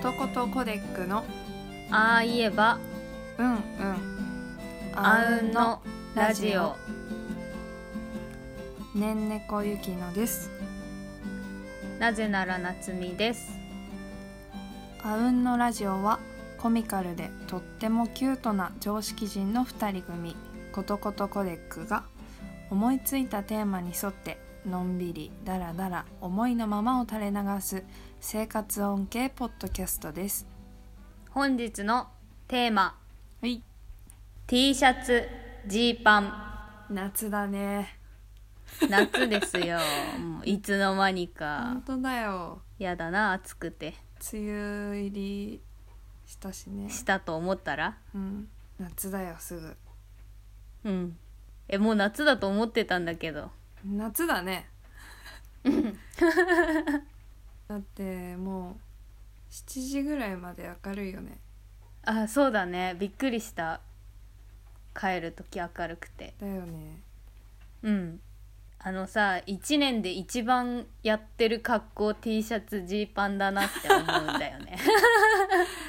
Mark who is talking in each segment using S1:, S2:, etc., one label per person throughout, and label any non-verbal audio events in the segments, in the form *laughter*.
S1: コデックの
S2: ああ言えば
S1: うんうん
S2: あうんのラジオ
S1: ねんねこゆきのです
S2: なぜなら夏美です
S1: あうんのラジオはコミカルでとってもキュートな常識人の2人組ことことコデックが思いついたテーマに沿ってのんびりだらだら思いのままを垂れ流す生活音系ポッドキャストです
S2: 本日のテーマ
S1: はい
S2: T シャツジーパン
S1: 夏だね
S2: 夏ですよもういつの間にか
S1: 本当だよ
S2: やだな暑くて
S1: 梅雨入りしたしね
S2: したと思ったら
S1: うん夏だよすぐ
S2: うんえもう夏だと思ってたんだけど
S1: 夏だね *laughs* だってもう7時ぐらいまで明るいよね
S2: あそうだねびっくりした帰る時明るくて
S1: だよね
S2: うんあのさ1年で一番やってる格好 T シャツジーパンだなって思うんだよね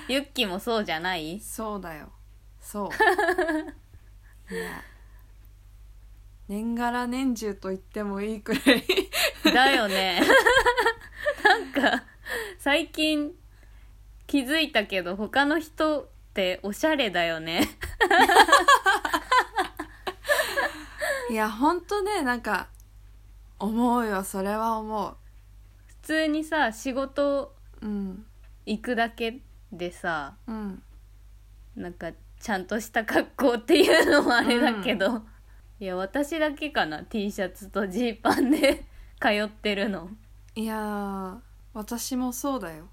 S2: ユッキーもそうじゃない
S1: そうだよそう *laughs* いや年がら年中と言ってもいいくらい *laughs*
S2: だよね *laughs* なんか最近気づいたけど他の人っておしゃれだよね
S1: いやほんとねなんか思うよそれは思
S2: 普通にさ仕事
S1: ううん
S2: 行くだけでさ
S1: うん
S2: なんかちゃんとした格好っていうのもあれだけど、いや私だけかな T シャツとジーパンで *laughs* 通ってるの
S1: いやー私もそうだよ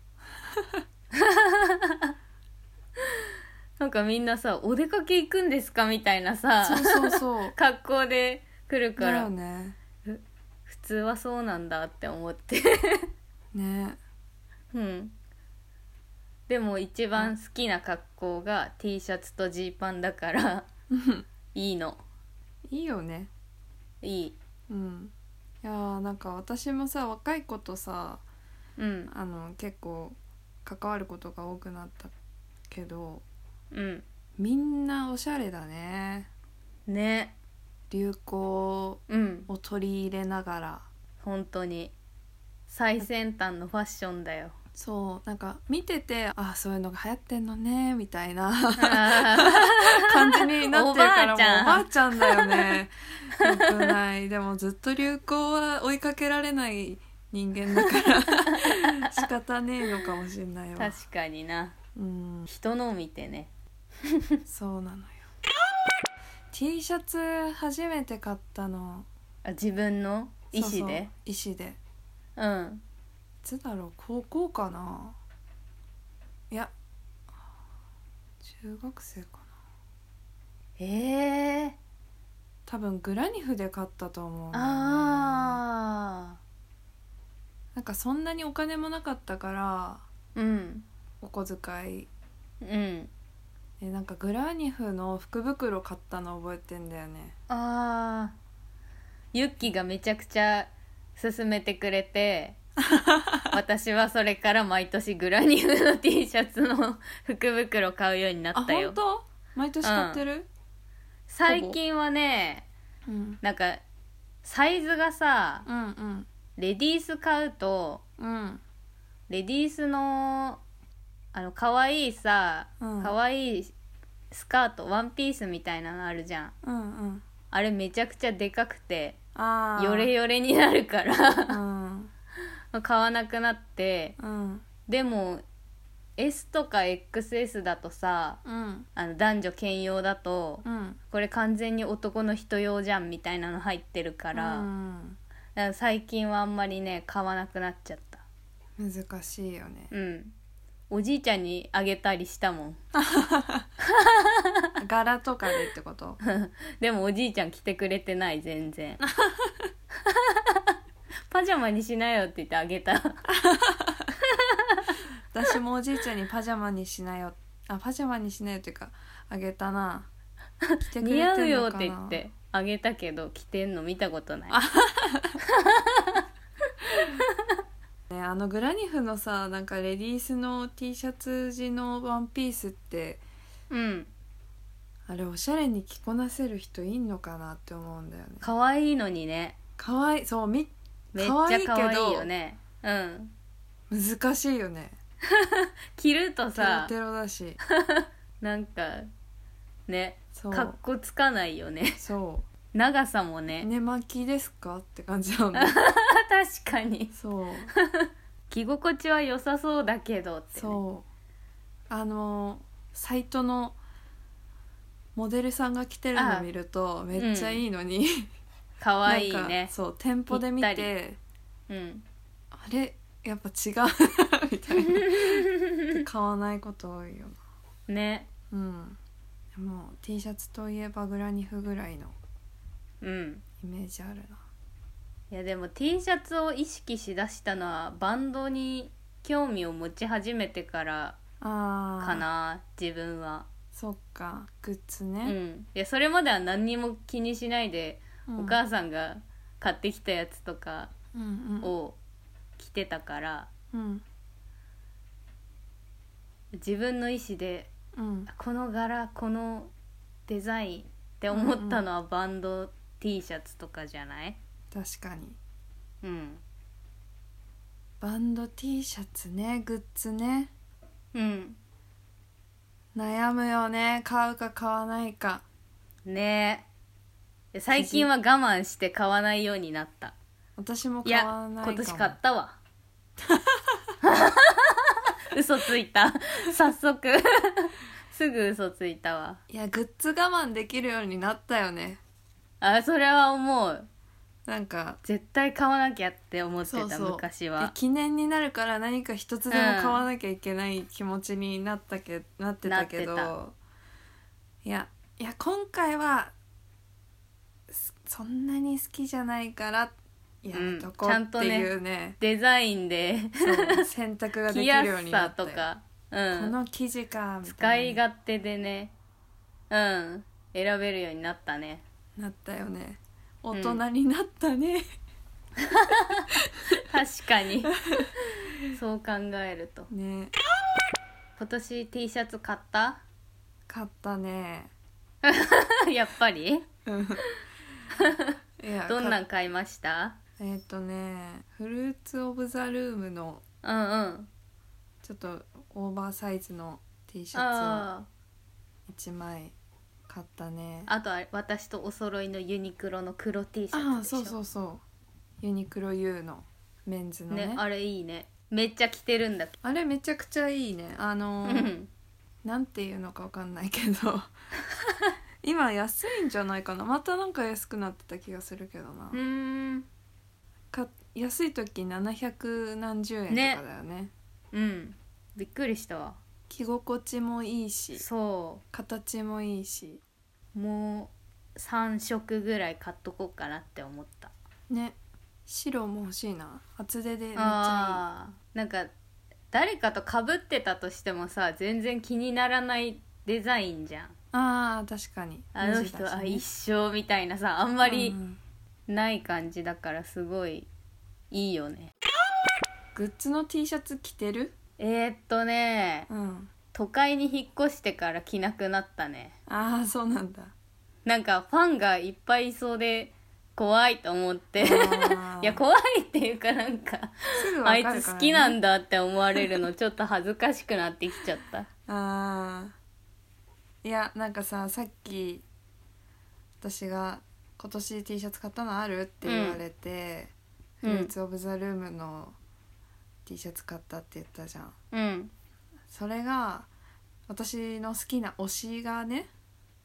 S2: なんかみんなさ「お出かけ行くんですか?」みたいなさ
S1: そうそうそう
S2: 格好で来るか
S1: *laughs* だよ
S2: ら、
S1: ね
S2: 普通はそうなんだって思って *laughs*
S1: ね
S2: うんでも一番好きな格好が T シャツとジーパンだからいいの
S1: いいよね
S2: いい
S1: うんいやーなんか私もさ若い子とさ
S2: うん
S1: あの結構関わることが多くなったけど
S2: うん
S1: みんなおしゃれだね
S2: ね
S1: 流行
S2: うん
S1: を取り入れながら
S2: 本当に最先端のファッション
S1: *laughs*
S2: だよ
S1: そうなんか見ててあそういうのが流行ってんのねみたい
S2: *laughs*
S1: な
S2: あ
S1: 感じになってるからもう
S2: おばあちゃん
S1: おばあちゃんだよねよくないでもずっと流行は追いかけられない人間だから
S2: *laughs*
S1: 仕方ねえのかもしれない
S2: ー
S1: わ
S2: 確かにな
S1: うん
S2: 人のを見てね
S1: そうなのよ T シャツ初めて買ったの
S2: あ自分の意思
S1: そうそう
S2: で
S1: 意思でい
S2: うん
S1: つだろう高校かないや中学生かな
S2: えー、
S1: 多分グラニフで買ったと思うんだよね
S2: あ
S1: なんかそんなにお金もなかったから
S2: ーうん
S1: お小遣い
S2: うん
S1: でなんかグラニフの福袋買ったの覚えてんだよね
S2: あーユッキーがめちゃくちゃ勧めてく
S1: *laughs*
S2: れて私はそれから毎年グラニューの T シャツの福袋買うようにな
S1: あ
S2: ったよ
S1: 本当毎年買ってる、
S2: 最近はね
S1: うん、
S2: なんかサイズがさ
S1: うんうん
S2: レディース買うと
S1: うん
S2: レディースのあの可愛いさ
S1: うん
S2: 可愛いスカートワンピースみたいなのあるじゃん
S1: うんうん
S2: あれめちゃくちゃでかくて
S1: ああ
S2: ヨレヨレになるか
S1: う
S2: ら *laughs*
S1: ん
S2: 買わなくなって
S1: うん
S2: でも S とか XS だとさ
S1: うん
S2: あの男女兼用だと
S1: うん
S2: これ完全に男の人用じゃんみたいなの入ってるから,、
S1: うん、
S2: 最近はあんまりね買わなくなっちゃった
S1: 難しいよね
S2: うんおじいちゃんにあげたりしたもん
S1: 柄とかでってこと
S2: でもおじいちゃん着てくれてない全然 *laughs* パジャマにしなよって言ってあげた
S1: 私もおじいちゃんにパジャマにしなよあパジャマにしなよっていうかあげたな着てくれてん
S2: 似
S1: の
S2: 合
S1: かな
S2: うよって言ってあげたけど着てんの見たことない
S1: ねああのグラニフのさなんかレディースの T シャツ地のワンピースって
S2: うん
S1: あれおしゃれに着こなせる人いんのかなって思うんだよね
S2: 可愛いのにね
S1: かわいそうみ
S2: めっちゃ
S1: 可
S2: 可
S1: 愛いけど
S2: 愛いよねうん
S1: 難しいよね
S2: 着ると
S1: テロ
S2: さ
S1: テロだし
S2: なんかね
S1: そう
S2: かっこつかないよね
S1: そ
S2: 長さも
S1: う
S2: ね
S1: 寝巻きですかって感じなんだ
S2: *laughs* あ確かに
S1: そう
S2: 着心地は良さそうだけどってね、
S1: そうあのサイトのモデルさんが着てるの見るとめっちゃいいのに、
S2: 可愛い
S1: なん
S2: ね
S1: かそう店舗で見
S2: ぴった
S1: て
S2: うん
S1: あれやっぱ違う *laughs* みたいな買わないこと多いよ
S2: ね
S1: なうんでも T シャツといえばグラニフぐらいの
S2: うん
S1: イメージあるない
S2: やでも T シャツを意識しだしたのはバンドに興味を持ち始めてから
S1: あー
S2: かな自分は
S1: そっかグッズ
S2: う
S1: ね、
S2: んいやそれまでは何にも気にしないで、
S1: うん
S2: お母さんが買ってきたやつとか
S1: うんうん
S2: を着てたから
S1: うん
S2: 自分の意思で
S1: うん
S2: この柄このデザインって思ったのはバンド T シャツとかじゃない
S1: 確かに
S2: うん、
S1: バンド T シャツねグッズね
S2: うん、
S1: 悩むよね買うか買わないか
S2: ねえ最近は我慢して買わないようになった
S1: 私も
S2: い
S1: 買
S2: や
S1: わないかも
S2: 今年買った
S1: *laughs*
S2: わ嘘ついた早速
S1: *laughs*
S2: すぐ嘘ついたわ
S1: いやグッズ我慢できるようになったよね
S2: あそれは思う
S1: なんか
S2: 絶対買わなきゃって思ってた
S1: そうそう
S2: 昔
S1: で
S2: は
S1: 記念になるから何か一つでも買わなきゃいけない気持ちになったけ、なってたけ
S2: なっ
S1: どいやいや今回はすそんなに好きじゃないからやめとこ
S2: うんちゃん
S1: う
S2: と
S1: って
S2: ね
S1: いうね,、
S2: デザインで
S1: そう選択がで
S2: 着
S1: きる
S2: や
S1: よう
S2: す
S1: にな
S2: さ
S1: った
S2: と *laughs*
S1: よ
S2: か、う
S1: こ
S2: ん、
S1: の生地かみ
S2: 使
S1: た
S2: い
S1: いな
S2: 勝手でねうん選べるようになったね
S1: なったよね大
S2: ん
S1: 人になった
S2: *laughs*
S1: ね、
S2: 確
S1: *laughs*
S2: かにそう考えると
S1: ね
S2: 今年 T シャツ買った *laughs*
S1: 買ったね
S2: やっぱり
S1: いや
S2: どん
S1: 買
S2: な
S1: っ
S2: ん買いました
S1: えっ、とねフルーツ・オブ・ザ・ルームの
S2: うんうん
S1: ちょっとオーバーサイズの T シャ
S2: あ
S1: ツを1枚買ったね
S2: ーあとあれ私とお揃いのユニクロの黒 T シ
S1: あ
S2: ャ
S1: あ
S2: ツでしょ
S1: そうそうそうユニクロ U のメンズのね
S2: ね
S1: あ
S2: あれいいねめっちゃ着てるんだけ
S1: れめちゃくちゃいいねあ
S2: ど、
S1: の
S2: う
S1: ー
S2: ん、
S1: なんていうのかわかんないけど今安いんじゃないかなまたなんか安くなってた気がするけどな、
S2: *laughs* うーん
S1: か安い時700何十円と
S2: ね
S1: かだよね
S2: うんびっくりしたわ
S1: 着心地もいいし
S2: そ
S1: 形もいいし
S2: うもう3色ぐらい買っとこうかなって思った
S1: ね白も欲しいな厚手でめっちゃ
S2: あーなんか誰かとかぶってたとしてもさ全然気にならないデザインじゃ
S1: い
S2: ん
S1: いあー確かに
S2: あの人、あ一生みたいなさあんま
S1: ぱ
S2: りない感じだからすごいいいよね、
S1: グッズの T シャツ着てる
S2: えー、っとね
S1: うん
S2: 都会に引っ越してから着なくなったね
S1: ああそうなんだ
S2: なんかファンがいっぱいいそうで怖いと思って
S1: あー
S2: *laughs* いや怖いっていうかなんか
S1: すぐわか
S2: あ
S1: る
S2: い
S1: から、ね、
S2: つ好きなんだって思われる
S1: *laughs*
S2: のちょっと恥ずかしくなってきちゃった
S1: あーいやなんかささっき私が「今年 T シャツ買ったのある?」って言われて「
S2: うん
S1: フルーツ・オブ・ザ・ルーム」の T シャツ買ったって言ったじゃん
S2: うん
S1: それが私の好きな推しがね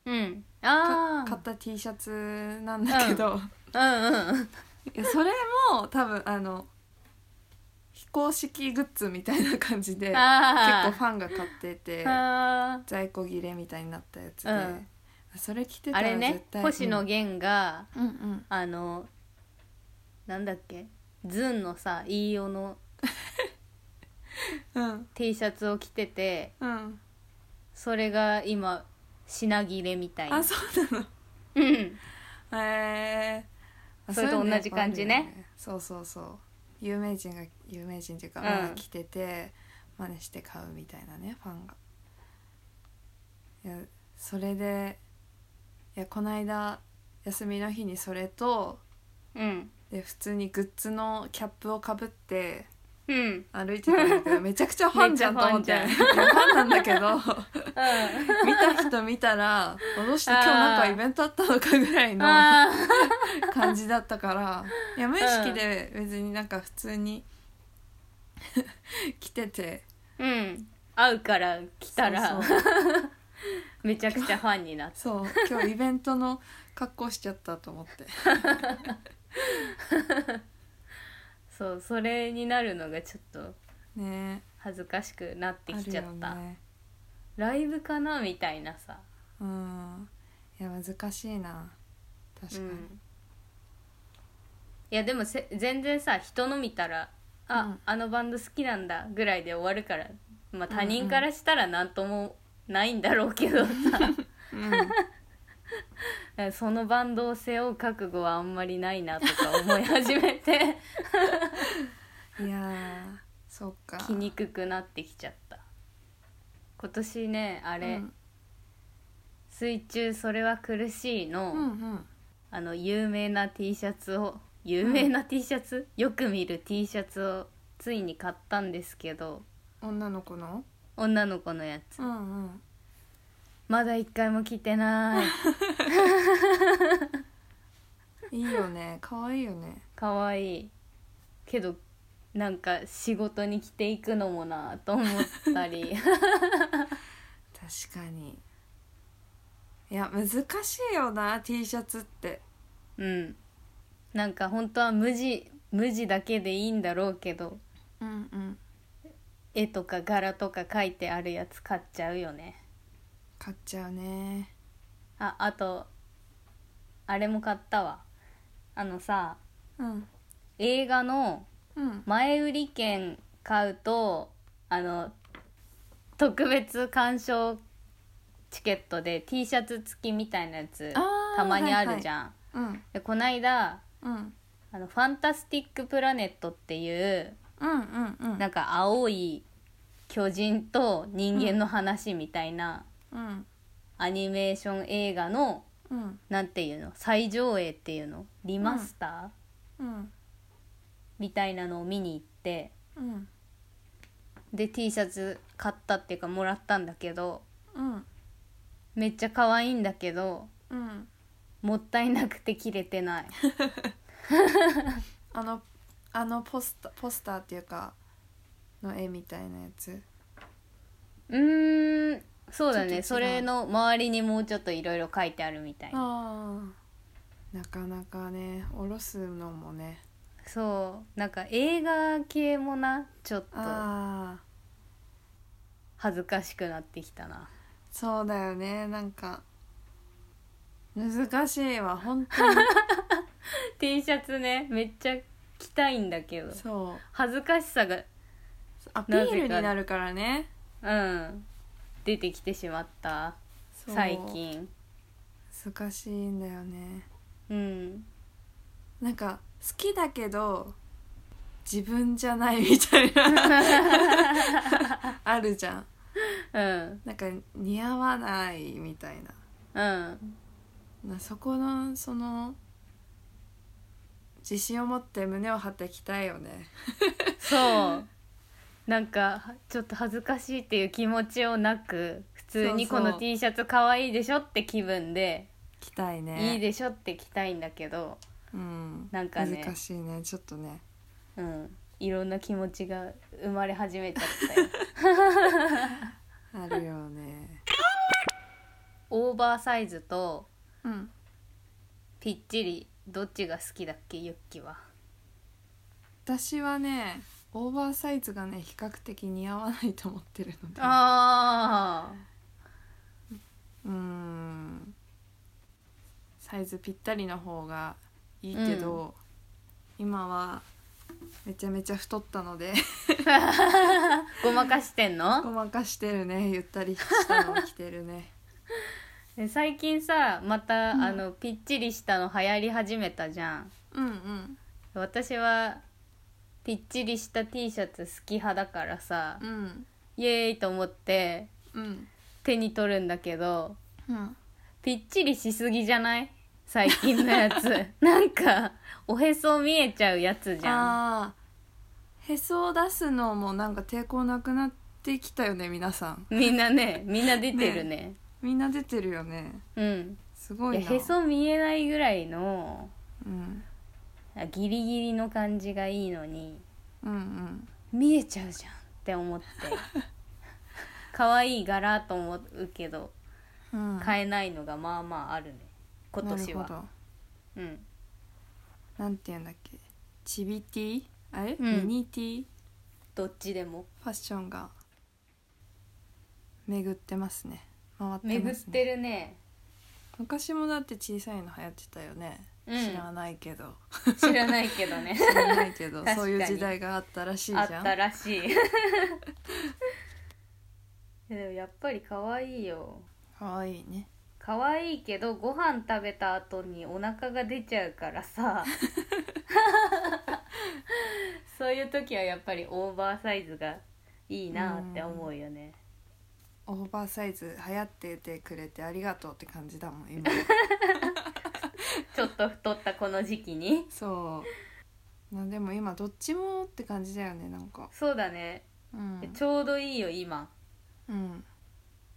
S2: うん
S1: か
S2: あ
S1: 買っ
S2: あ
S1: た T シャツなんだけ *laughs* ど、
S2: うんうん
S1: いやそれも多分あの非公式グッズみたいな感じで結構
S2: あ
S1: ファンが買ってて
S2: ーあー
S1: 在庫切れみたいになったやつで、
S2: うん
S1: それ着てた
S2: あ
S1: ら
S2: れ
S1: 絶対
S2: ね星野源が
S1: うんうん
S2: あのなんだっけズンのさ飯尾の
S1: うん、
S2: T シャツを着てて
S1: うん、
S2: それが今品切れみたいな
S1: あそうなの
S2: うん
S1: へえー、あ
S2: それと
S1: ういうの
S2: 同じ感じね
S1: やっぱあるよそうそうそう有名人が有名人っていうか、
S2: うん
S1: まあ着てて真似して買うみたいなねファンがいやそれでいやこの間休みの日にそれと
S2: うん
S1: で普通にグッズのキャップをかぶって
S2: うんうん
S1: 歩いてたんだけどめちゃくちゃファンじゃんと思っていや
S2: めっち
S1: ファンなんだけど見た人見たら「どうして今日なんかイベントあったのか」ぐらいの。
S2: あ
S1: 感じだった
S2: *laughs*
S1: からいや無意識で別になんか普通に *laughs* 来てて
S2: ーうん会うから来たら
S1: そうそう
S2: めちゃくちゃファンになっ
S1: そう今日イベントの格好しちゃったと思
S2: *laughs*
S1: って
S2: たそうそれになるのがちょっと
S1: ね
S2: 恥ずかしくなって
S1: あ
S2: き
S1: る
S2: ちゃ
S1: よ
S2: った、
S1: ね
S2: ライブかなみたいなさ
S1: うんいや難しいな確かに、
S2: うん、いやでもせ全然さ人の見たら「あ、
S1: うん
S2: あのバンド好きなんだ」ぐらいで終わるから、まあ、他
S1: うんう
S2: 人
S1: ん
S2: からしたら何ともないんだろうけどさ、そのバンドを背負う覚悟はあんまりないなとか思い始め
S1: *laughs*
S2: て
S1: うんいやーそうか
S2: 来にくくなってきちゃった今年ねあれ、
S1: うん
S2: 水中それは苦しいの」
S1: うんうん
S2: あの有名な T シャツを有名な T シャツ、よく見る T シャツをついに買ったんですけど
S1: 女の子の
S2: 女の子のやつ
S1: うんうん
S2: まだ一回も着て
S1: *laughs*
S2: ない
S1: いいよね可愛いよね
S2: かわいいけどなんか仕事に着ていくのもなと思ったり
S1: 確かにいや難しいよな T シャツって
S2: うんなんか本当は無地無地だけでいいんだろうけど
S1: うんうん
S2: 絵とか柄とか書いてあるやつ買っちゃうよね
S1: 買っちゃうね
S2: ああとあれも買ったわあのさ
S1: うん
S2: 映画の
S1: うん
S2: 前売り券買うとあの特別鑑賞チケットで T シャツ付きみたいなやつ
S1: あー
S2: たまにあるじゃん。
S1: うん
S2: でこないだ
S1: うん
S2: あの「ファンタスティック・プラネット」っていう
S1: うんうんうん
S2: なんか青い巨人と人間の話みたいな
S1: うん
S2: アニメーション映画の
S1: うん
S2: なんていうの再上映っていうのリマスター、
S1: うん
S2: みたいなのを見に行って
S1: うん
S2: で T シャツ買ったっていうかもらったんだけど
S1: うん
S2: めっちゃ可愛いんだけど
S1: うん
S2: もったいなくて着れ
S1: *laughs*
S2: てない
S1: あのあのポスターポスターっていうかの絵みたいなやつ
S2: うーんそうだ
S1: ちょっと違
S2: ね
S1: う
S2: それの周りにもうちょっといろいろ書いてあるみたいな
S1: あーなかなかねおろすのもね
S2: そうなんか映画系もなちょっと
S1: ああ
S2: 恥ずかしくなってきたな
S1: そうだよねなんか難しいわ本当に
S2: T シャツねめっちゃ着たいんだけ
S1: *laughs*
S2: ど
S1: そう
S2: 恥ずかしさが
S1: アピールになるからね
S2: うん出てきてしまった
S1: そう
S2: 最近
S1: 難しいんだよね
S2: うん
S1: なんか好きだけど自分じゃないみたい
S2: *laughs*
S1: なあるじゃん
S2: うん
S1: なんか似合わないみたいな *laughs*
S2: うん
S1: なそこのその自信を持って胸を張っていきたいよね
S2: そうなんかちょっと恥ずかしいっていう気持ちをなく普通に
S1: そ
S2: こ
S1: うそう
S2: の T シャツ可愛いでしょって気分で
S1: 着たいね
S2: いいでしょって着たいんだけど
S1: うん
S2: なんかね
S1: 難しいねちょっとね
S2: うんいろんな気持ちが生まれ始めちゃっ
S1: *laughs*
S2: たよ
S1: あるよね
S2: オーバーサイズと
S1: うん
S2: ぴっちりどっちが好きだっけユッキは
S1: 私はねオーバーサイズがね比較的似合わないと思ってるので
S2: あ
S1: うーんサイズぴったりの方がいいけど、今はめちゃめちゃ太ったので
S2: ごまかしてん
S1: *laughs* ご
S2: の
S1: まかしてるねゆったりしたのを着てる *laughs* ね
S2: で最近さまた、
S1: うん
S2: あのぴっちりしたの流行り始めたじゃん
S1: うんうん
S2: 私はぴっちりした T シャツ好き派だからさ、
S1: うん
S2: イエーイと思って
S1: うん
S2: 手に取るんだけど
S1: うん
S2: ぴっちりしすぎじゃない最近のや
S1: *laughs*
S2: つなんかおへそ見えちゃうやつじゃん
S1: あーへそを出すのもなんか抵抗なくなってきたよね皆さん
S2: みんなねみんな出てるね
S1: みんな出てるよねすご
S2: うん
S1: い
S2: い
S1: な
S2: やへそ見えないぐらいの
S1: うん、
S2: あギリギリの感じがいいのに
S1: うんうん
S2: 見えちゃうじゃんって思って
S1: *laughs*
S2: 可愛い柄と思うけど
S1: うん
S2: 買えないのがまあまああるね今年
S1: なる
S2: は
S1: ほ
S2: うん
S1: どなんて言うんだっけチビティあれ、
S2: うん
S1: ミニティ
S2: どっちでも
S1: ファッションが巡ってますね回って
S2: 巡
S1: ま
S2: っ
S1: すね
S2: てるね
S1: 昔もだって小さいの流行ってたよね、
S2: うん
S1: 知らないけど
S2: 知らないけど
S1: *laughs*
S2: ね
S1: 知らないけど
S2: *laughs* 確かに
S1: そういう時代があったらしいじ
S2: あ
S1: ゃ
S2: っ
S1: ん
S2: たらしい *laughs* でもやっぱり可愛いよ
S1: 可愛いね
S2: 可愛いけどご飯食べた後にお腹が出ちゃうからさ *laughs* そういう時はやっぱりオーバーサイズがいいなって思うよね
S1: オーバーサイズ流行っててくれてありがとうって感じだもん
S2: *laughs*
S1: 今
S2: ちょっと太ったこの時期に
S1: そうなでも今どっちもって感じだよねなんか
S2: そうだね、
S1: うん、
S2: ちょうどいいよ今
S1: うん、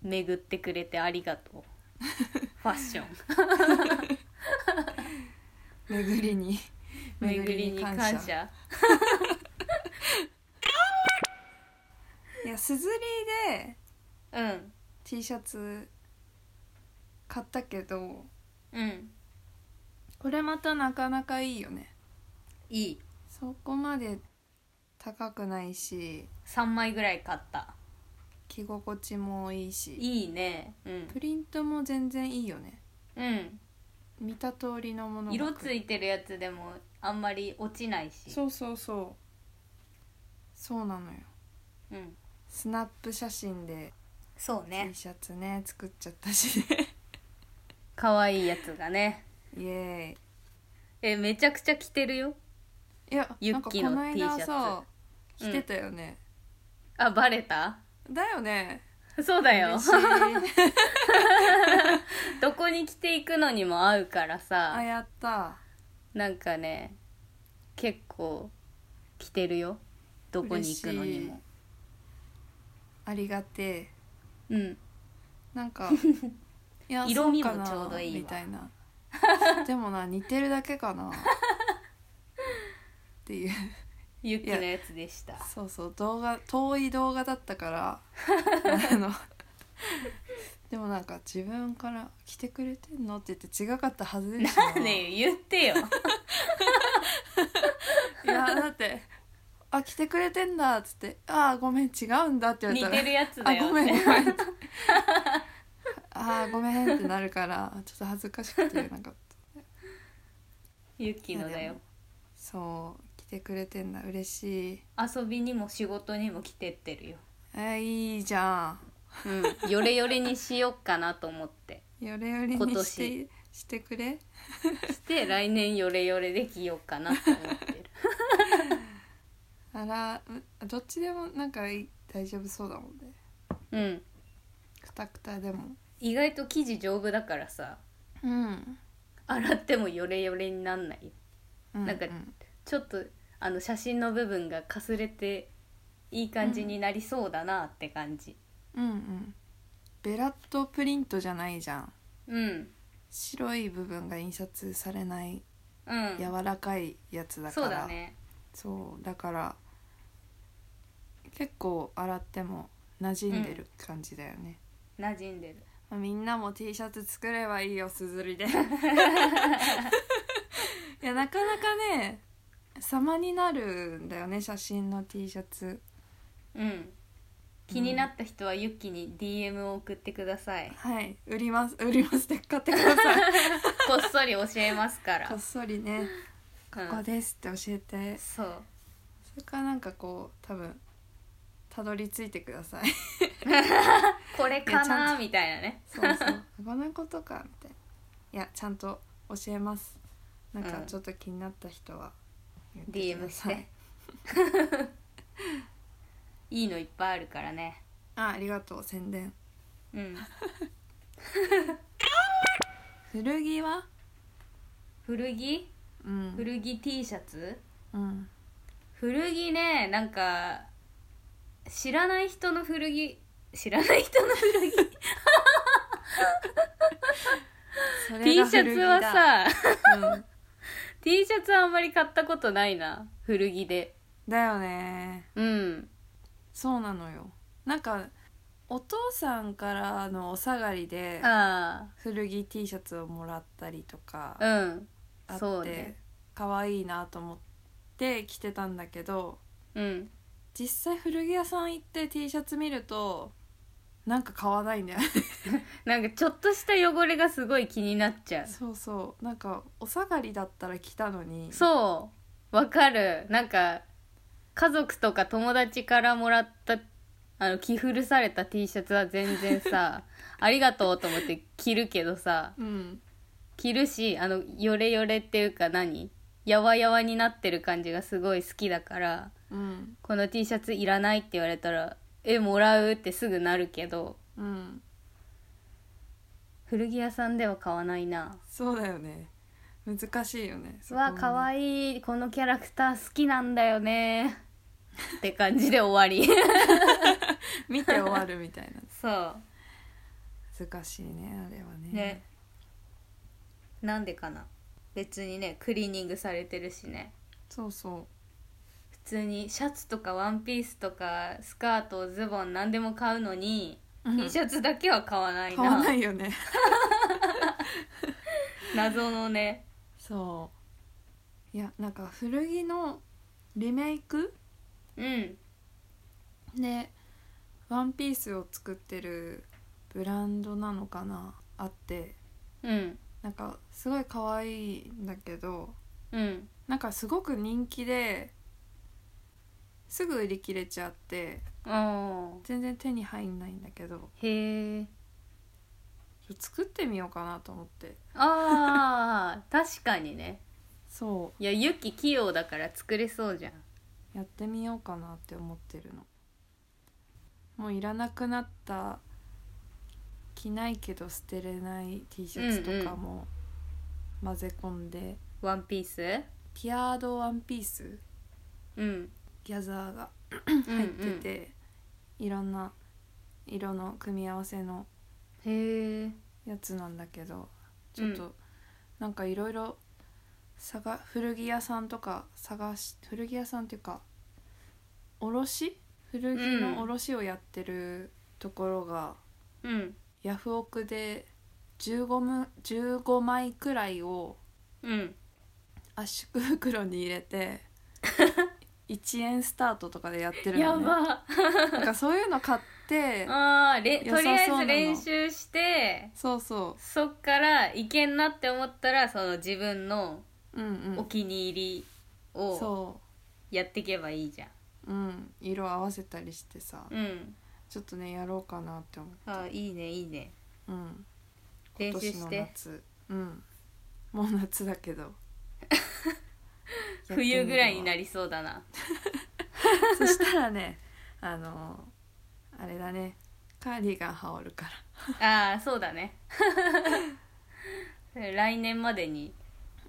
S2: 巡ってくれてありが *laughs* とうファッション
S1: 巡りに
S2: *laughs* 巡りに感謝
S1: いやすずりで
S2: うん
S1: T シャツ買ったけど
S2: うん
S1: これまたなかなかいいよね
S2: いい
S1: そこまで高くないし
S2: 3枚ぐらい買った
S1: 着心地もいいし
S2: いいねうん
S1: プリントも全然いいよね
S2: うん
S1: 見た通りのものが来る
S2: 色ついてるやつでもあんまり落ちないし
S1: そうそうそうそうなのよ
S2: うん、
S1: スナップ写真で
S2: そうね
S1: T シャツね作っちゃった
S2: *laughs*
S1: しね
S2: 可愛いやつがね
S1: イエーイ
S2: えめちゃくちゃ着てるよ
S1: いや
S2: ユ
S1: なん
S2: ッ
S1: か
S2: キー
S1: こ
S2: の
S1: の間
S2: T シ
S1: さ
S2: ャ
S1: 着てたよね、
S2: あバレた
S1: だよね
S2: そうだよ
S1: 嬉しい
S2: どこに着ていくのにも合うから
S1: あ
S2: さ
S1: やった
S2: なんかね結構着てるよどこに行くのにも
S1: ありがてえ
S2: うん
S1: なん
S2: *laughs*
S1: かいや
S2: 色味も
S1: そかな
S2: ちょうどいいわ
S1: みたいなでもな似てるだけか
S2: *laughs*
S1: なっていう
S2: ユッキーのやつでした
S1: そうそう動画遠い動画だったから
S2: *laughs*
S1: あのでもなんか自分から「来てくれてんの?」って言って違かったはずでしょ
S2: ねえ言ってよ
S1: いやだって「あ来てくれてんだ」っつって「ああごめん違うんだ」って言われた
S2: 似
S1: ら
S2: てるやつだ
S1: あ
S2: よ
S1: ごめんごめんってあーごめんってなるからちょっと恥ずかしくて言えなかった
S2: ユッキーのだよ
S1: そう来てくれてんだ嬉しい
S2: 遊びにも仕事にも来てってるよ、
S1: えーいいじゃ
S2: うん、よれよれにしよっかなと思って
S1: んよれよれ
S2: 今
S1: にして
S2: 年
S1: してくれ
S2: して来年よれよれで着ようかなと思ってる
S1: あらうどっちでもなんかいい大丈夫そうだもんね
S2: うん
S1: くたくたでも
S2: 意外と生地丈夫だからさ
S1: うん、
S2: 洗ってもよれよれになんないよなんか
S1: う
S2: ちょっとあの写真の部分がかすれていい感じになりそうだなって感じ
S1: うんうんベラットプリントじゃないじゃん
S2: うん
S1: 白い部分が印刷されない
S2: うん、
S1: 柔らかいやつだから、
S2: そうだね
S1: そうだから結構洗っても馴染んでる感じだよね、
S2: 馴染んでる
S1: まあみんなも T シャツ作ればいいよすずりで *laughs* いやなかなかね様になるんだよね写真の T シャツ
S2: うん気になった人はユッキーに DM を送ってください、
S1: はい売ります売りますって買ってください
S2: こっそり教えますか
S1: *laughs*
S2: ら
S1: こっそりね「こ
S2: うん
S1: こです」って教えて
S2: そう
S1: それからなんかこう多分たどり着いてください
S2: これか
S1: いやちゃん
S2: なみたいなね
S1: そうそうこんなことかみたいないやちゃんと教えますなんか
S2: うん
S1: ちょっと気になった人は言ってく
S2: DM
S1: だ
S2: し
S1: さい
S2: て *laughs* いいのいっぱいあるからね
S1: あありがとう宣伝
S2: うん
S1: 古着は
S2: 古着
S1: うん、
S2: 古着 T シャツ
S1: うん、
S2: 古着ねなんか知らない人の古着知らない人の
S1: *laughs*
S2: 古着
S1: そ
S2: T
S1: れが
S2: シャ
S1: 古着
S2: ツ
S1: だ
S2: はさ
S1: うん
S2: T シャツはあんまり買ったことないな古着で
S1: だよね
S2: うん
S1: そうなのよなんかお父さんからのお下がりで
S2: あ
S1: 古着 T シャツをもらったりとか
S2: あうん
S1: あ
S2: そ
S1: っ
S2: う
S1: て
S2: ね
S1: 可愛、いなと思って着てたんだけど
S2: うん
S1: 実際古着屋さん行って T シャツ見るとなんか買わないんだよね
S2: なんかちょっとした汚れがすごい気になっちゃ
S1: *laughs*
S2: う
S1: そうそうなんかお下がりだったら着たのに
S2: そうわかるなんか家族とか友達からもらったあの着古された T シャツは全然さありがとうと思って着るけどさ
S1: うん
S2: 着るしあのヨレヨレっていうか何やわやわになってる感じがすごい好きだから
S1: うん
S2: この T シャツいらないって言われたらえもらうってすぐなるけど
S1: うん
S2: 古着屋さんでは買わないな
S1: そうだよね難しいよね
S2: うわ可
S1: い
S2: 愛いこのキャラクター好きなんだよねって感じで終わり *laughs*
S1: 見て終わるみたいな
S2: そ
S1: 難しいねあれはね
S2: うねなんでかな別にねクリーニングされてるしね
S1: そうそ
S2: 普通にシャツとかワンピースとかスカートズボン何でも買うのに
S1: う、うん
S2: T シャツだけは買わない
S1: 買わ
S2: な
S1: ないよね
S2: 謎のね
S1: そういやなんか古着のリメイク
S2: うん
S1: でワンピースを作ってるブランドなのかなあって
S2: うん
S1: なんかすごい可愛いんだけど
S2: うん
S1: なんかすごく人気ですぐ売り切れちゃって
S2: あー
S1: 全然手に入んないんだけど
S2: へえ
S1: 作ってみようかなと思って
S2: あー確かにね
S1: そ
S2: いやユキ器用だから作れそうじゃん
S1: うやってみようかなって思ってるのもういらなくなった着ないけど捨てれない T シャツとかも混ぜ込んで、
S2: ワンピース
S1: ピアードワンピース
S2: うん
S1: ギャザーが
S2: 入
S1: 入ってて、いろんな色の組み合わせの
S2: へえ
S1: やつなんだけどちょっと、なんかいろいろ探古着屋さんとか探し古着屋さんっていうか卸古着の卸をやってるところが、
S2: うん
S1: ヤフオクで15む15枚くらいを
S2: うん
S1: 圧縮袋に入れて1円スタートとかでやってる
S2: や
S1: のね。
S2: ば
S1: なんかそういうの買って
S2: あーれ
S1: 良
S2: と
S1: さそう
S2: り
S1: な
S2: あ
S1: の
S2: えず練習して
S1: そうそ
S2: そっからいけんなって思ったらその自分の
S1: ううんう
S2: お
S1: ん
S2: 気に入りを
S1: そ
S2: やっていけばいいじゃん
S1: ううん色合わせたりしてさ
S2: うん
S1: ちょっとねやろうかなって思
S2: あーいいねいいね
S1: ううん
S2: 練
S1: 今
S2: 習
S1: 年
S2: し
S1: の
S2: て
S1: 夏うんもう夏だけど
S2: *laughs* 冬ぐらいにな
S1: り
S2: りそうだな
S1: そしたらねあのあれだねカーディガン羽織るから
S2: ああそうだね *laughs* それ来年までに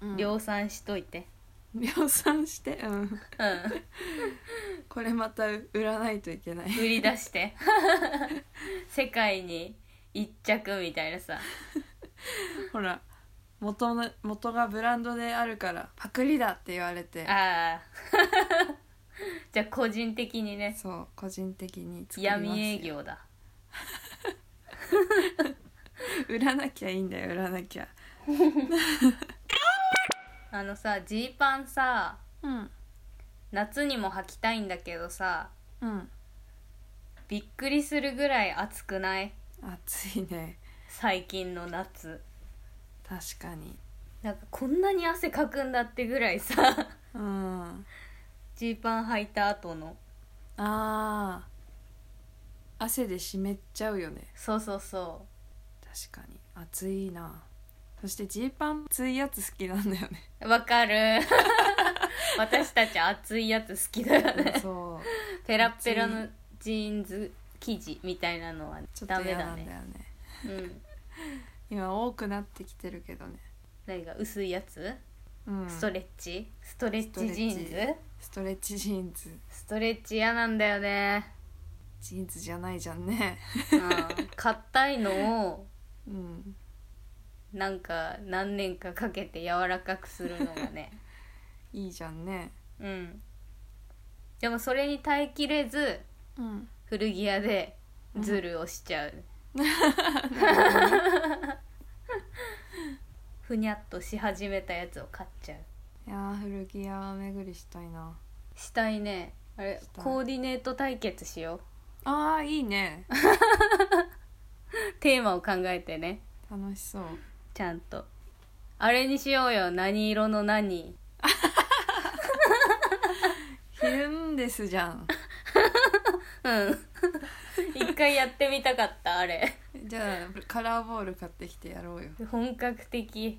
S1: うん
S2: 量産しといて
S1: 量産してうん
S2: うん、
S1: これまた売らないといけない
S2: 売り出して *laughs* 世界に一着みたいなさ
S1: ほら元の元がブランドであるからパクリだって言われて
S2: ああ *laughs* じゃあ個人的にね
S1: そう個人的に作りますよ
S2: 闇営業だ
S1: 売らなきゃいいんだよ売らなきゃ
S2: あのさジーパンさ
S1: うん
S2: 夏にも履きたいんだけどさ
S1: うん
S2: びっくりするぐらい暑くない
S1: 暑いね
S2: 最近の夏
S1: 確かに
S2: なんかこんなに汗かくんだってぐらいさ *laughs*
S1: うん
S2: ジーパン履いた後の
S1: あー汗で湿っちゃうよね
S2: そうそうそ
S1: 確かに暑 *laughs* いなそしてジーパン暑いやつ好きなんだよね
S2: うわかる私たち熱いやつ好きだよね
S1: そう
S2: *laughs* ペラッペラのジーンズ生地みたいなのは
S1: ちょっ
S2: ダ
S1: と
S2: メ
S1: 嫌
S2: だ
S1: なんだよ
S2: ね
S1: ね
S2: うん
S1: 今多くなってきてるけどね、
S2: 何が薄いやつ、
S1: うん、
S2: ストレッチストレッチジーン
S1: スト
S2: ズ
S1: レストレッチジーンズ
S2: ストレッチ嫌なんだよね
S1: ジーンズじゃないじゃん *laughs* ね
S2: うん硬いのを
S1: うん
S2: なんか何年かかけて柔らかくするのがね
S1: いいじゃんね
S2: うんでもそれに耐えきれず
S1: うん
S2: 古着屋でズルをしちゃ *laughs* う、ふにゃっとし始めたやつを買っちゃう
S1: いやー古着屋巡りしたいな
S2: したいねあれ
S1: したい
S2: コーディネート対決しよ
S1: あーいいね
S2: うテーマを考えてね
S1: 楽しそう
S2: ちゃんとあれにしようよ何色の何
S1: ヒュンデスじゃん
S2: うん一回やってみたかったあれ
S1: じゃあカラーボール買ってきてやろうよ
S2: 本格的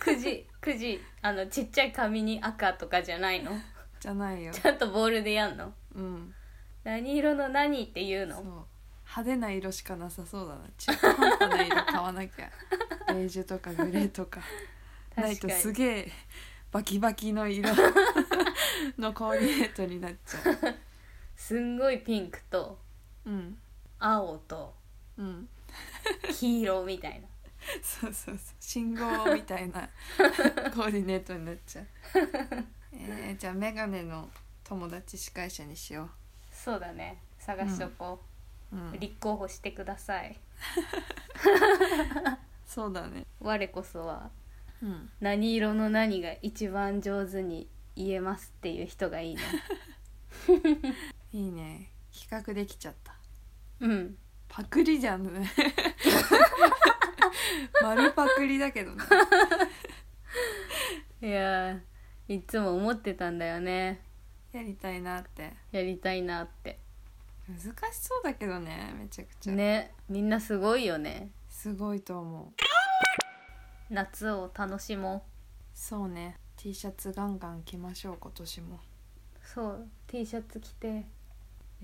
S2: くじくじあのちっちゃい紙に赤とかじゃな
S1: *laughs*
S2: いの
S1: じゃないよ
S2: ちゃんとボールでやんの
S1: うん
S2: 何色の何っていう
S1: そう
S2: の
S1: 派手な色しかなさそうだな中途半端な色買わなき
S2: *laughs*
S1: ゃベージュとかグレーとかない
S2: 確か
S1: と
S2: に
S1: すげえバキバキの
S2: *laughs*
S1: 色のコーディネートになっちゃう
S2: すんごいピンクと
S1: うん
S2: 青と
S1: うん
S2: 黄色みたいな
S1: そうそうそう信号みたい
S2: *laughs*
S1: なコーディネートになっちゃうえー、じゃあメガネの友達司会者にしよ
S2: そうだね探しとこ
S1: う、う
S2: う、
S1: ん、
S2: 立候補してください
S1: そうだね
S2: 我こそは
S1: うん
S2: 何色の何が一番上手に言えますっていう人がいいね
S1: *laughs* いいね企画できちゃった
S2: うん
S1: パクリじゃん *laughs* ね丸パクリだけどね
S2: いやーいつも思ってたんだよね
S1: やりたいなって
S2: やりたいなって
S1: 難しそうだけどねめちゃくちゃ、
S2: ねみんなすごいよね
S1: すごいと思う
S2: 夏を楽しも
S1: そうね T シャツガンガン着ましょう今年も
S2: うそう T シャツ着て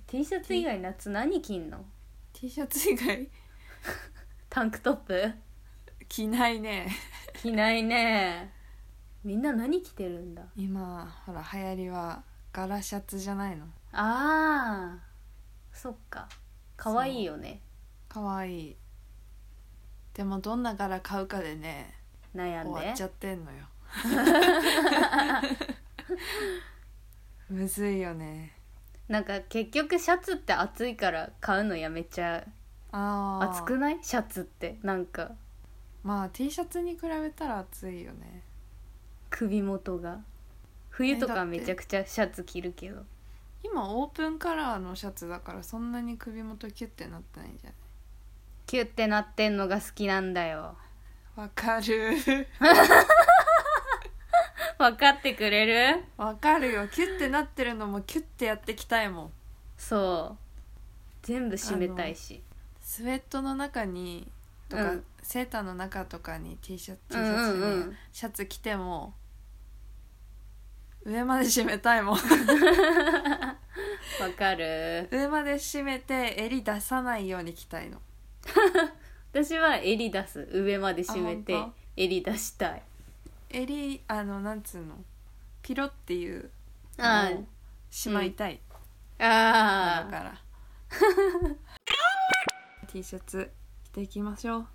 S2: T シャツ以外夏何着んの
S1: T シャツ以外 *laughs*
S2: タンクトップ
S1: 着ないね
S2: 着ない
S1: *laughs*
S2: ねみんな何着てるんだ
S1: 今ほら流行りは柄シャツじゃないの
S2: ああそっか可愛いよね
S1: かわいいでもどんな柄買うかでね
S2: 悩
S1: 終わっ
S2: ん
S1: ちゃ
S2: で
S1: ってんのよむずいよね
S2: なんか結局シャツって暑いから買うのやめちゃう
S1: あー
S2: 暑くないシャツってなんか
S1: まあ T シャツに比べたら暑いよね
S2: 首元が冬と
S1: えだ
S2: か
S1: って
S2: めちゃくちゃシャツ着るけど
S1: 今オープンカラーのシャツだからそんなに首元キュッてなってないんじゃな
S2: キュッてなってんのが好きなんだよ
S1: いわかる *laughs*
S2: 分かってくれる
S1: わかるよキュッてなってるのもキュッてやってきたいもん
S2: そう全部締めたいし
S1: スウェットの中にとか、
S2: うん
S1: セーターの中とかに T シャツ T シ
S2: うんうん
S1: ャツに、
S2: うん
S1: シャツ着ても上まで締めたいもん
S2: わかる
S1: 上まで締めて襟出さないように着たいの
S2: 私は襟出す上まで締めて
S1: あ本
S2: 襟出したい
S1: 襟あのなんつうのピロっていう
S2: あ
S1: のをしまいたい、
S2: ああ
S1: だ
S2: ー
S1: から
S2: *laughs*
S1: T シャツ着ていきましょう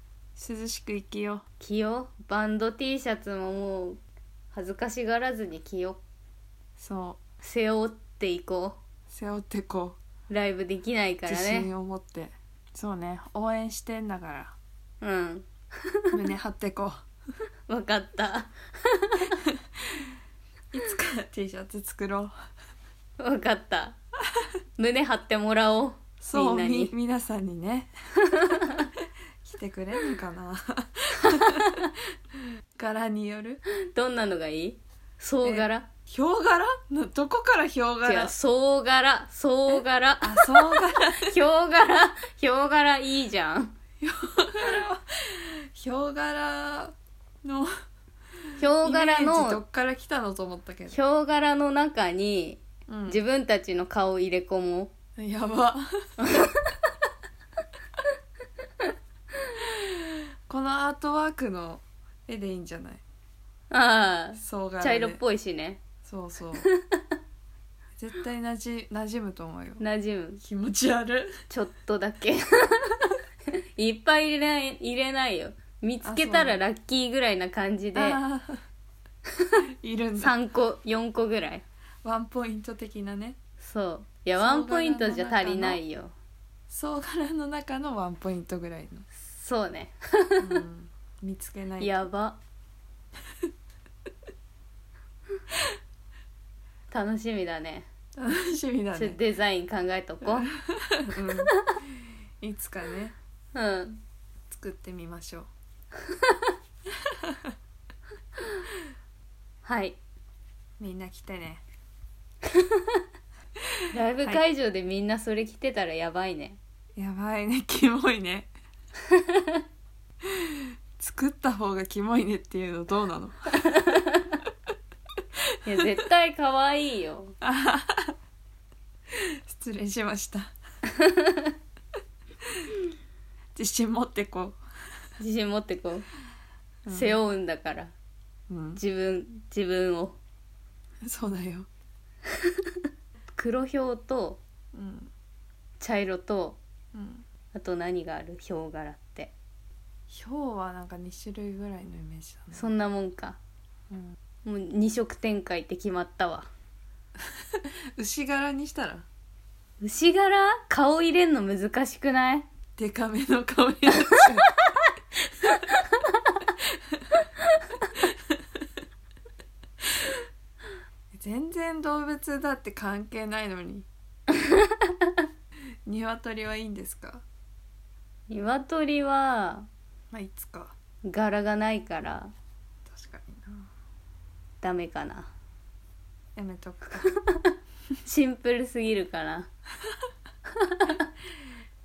S1: 涼しく生きよ
S2: 着ようバンド T シャツももう恥ずかしがらずに着よう
S1: うそう
S2: 背負っていこ
S1: 背負ってこ
S2: うライブできないか
S1: う
S2: ら
S1: 自
S2: ね
S1: 信を持ってそうね応援してんだから
S2: うん
S1: 胸張って
S2: *laughs*
S1: こ
S2: 分かった
S1: ういつか T シャツ作ろう
S2: 分かった胸張ってもらおう
S1: そう
S2: みんなに
S1: み皆さんに
S2: *laughs*
S1: ね来てくれるのかな柄による
S2: どんなのがいい総柄
S1: ヒョウ柄などこからヒョウ
S2: 違
S1: 柄
S2: う総柄総柄
S1: あそう柄 *laughs*
S2: ヒョウ柄ヒョウ柄いいじゃん
S1: ヒョウ柄の
S2: ヒョウ柄
S1: イメージど
S2: の
S1: っから来たのと思ったけど
S2: ヒ、ョウ柄の中に
S1: うん
S2: 自分たちの顔入れ込もう
S1: や
S2: *laughs*
S1: ばこのアートワークの絵でいいんじゃない
S2: あ
S1: そう
S2: あ
S1: が
S2: 茶色っぽいしね
S1: そうそう絶対なじ馴染むと思うよ
S2: 馴染む
S1: 気持ち悪
S2: ちょっとだ
S1: *laughs*
S2: けいっぱい入れない入れないよ見つけたらラッキーぐらいな感じ
S1: い
S2: で
S1: あーいるんだ
S2: 3個4個ぐらい
S1: ワンポイント的なね
S2: そういや
S1: 総柄
S2: ワ
S1: の
S2: ンポイントじゃ足りないよ
S1: 総柄の中のワンポイントぐらい
S2: そうね
S1: の、うん見つけない
S2: やば楽しみだね
S1: 楽しみだ
S2: ちょっ
S1: ね、
S2: とデザイン考えとこ
S1: うん、いつかね
S2: ううん
S1: 作ってみましょう
S2: はい
S1: みんな来てね
S2: ライブ会場でみんなそれ着てたらやばい
S1: *laughs*
S2: ね、
S1: やばいねキモいね作った方がキモいねっていうのどうなの
S2: い、や絶対可愛いよ
S1: 失礼しました自信持ってこ
S2: 自信持ってこう
S1: うん
S2: 背負うんだから、
S1: う、うん、
S2: 自分自分を
S1: そうだよ、
S2: 黒ひょうと
S1: うん
S2: 茶色と
S1: うん、
S2: あと何があるひょう柄って
S1: ヒョウはなんか2種類ぐらいのイメージだね
S2: そんなもんか
S1: うん
S2: もう二色展開って決まったわ
S1: 牛柄にしたら
S2: 牛柄顔入れんの難しくない
S1: デカめの顔になっちゃう *laughs* 全然動物だって関係ないの *laughs* に鶏はいいんですか
S2: 鶏は
S1: まあいつか
S2: 柄がないから
S1: 確かにな
S2: ダメかな
S1: やめとくか
S2: シンプルすぎるかな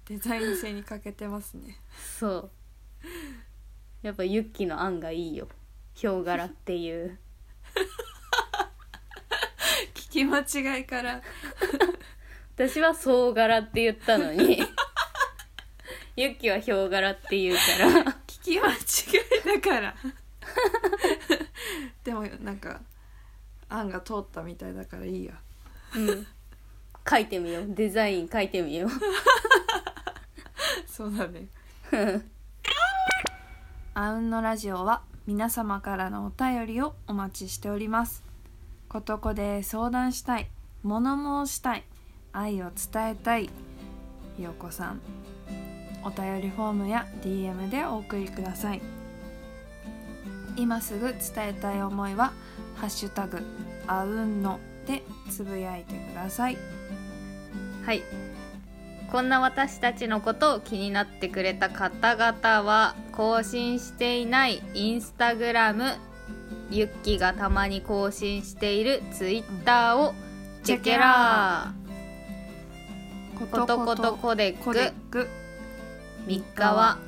S1: デザイン性に欠けてますね
S2: そうやっぱユッキの案がいいよヒョウ柄っていう
S1: 聞き間違いから
S2: 私は総柄って言ったの *laughs* にユッキはヒョウ柄って言うから
S1: 聞き間違いだから *laughs* でもなんか案が通ったみたいだからいいや
S2: うん書いてみようデザイン書いてみよう
S1: そうだね。 *laughs* あうんのラジオは皆様からのお便りをお待ちしております。ことこで相談したい、物申したい、愛を伝えたい、ひよこさん。お便りフォームや DM でお送りください。今すぐ伝えたい思いは「ハッシュタグあうんの」でつぶやいてください。
S2: はい。こんな私たちのことを気になってくれた方々は更新していないインスタグラムユッキがたまに更新しているツイッターをチェケラ
S1: こ
S2: ーコトコトコデ
S1: コ
S2: ッ
S1: デ
S2: ク
S1: ック
S2: 3日は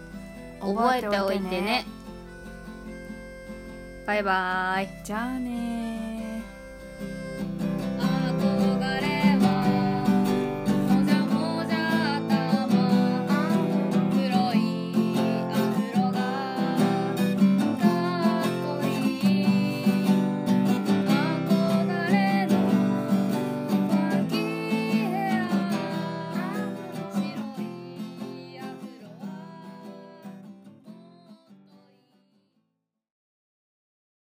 S2: 覚えておいてね。バイバイ。
S1: じゃあねー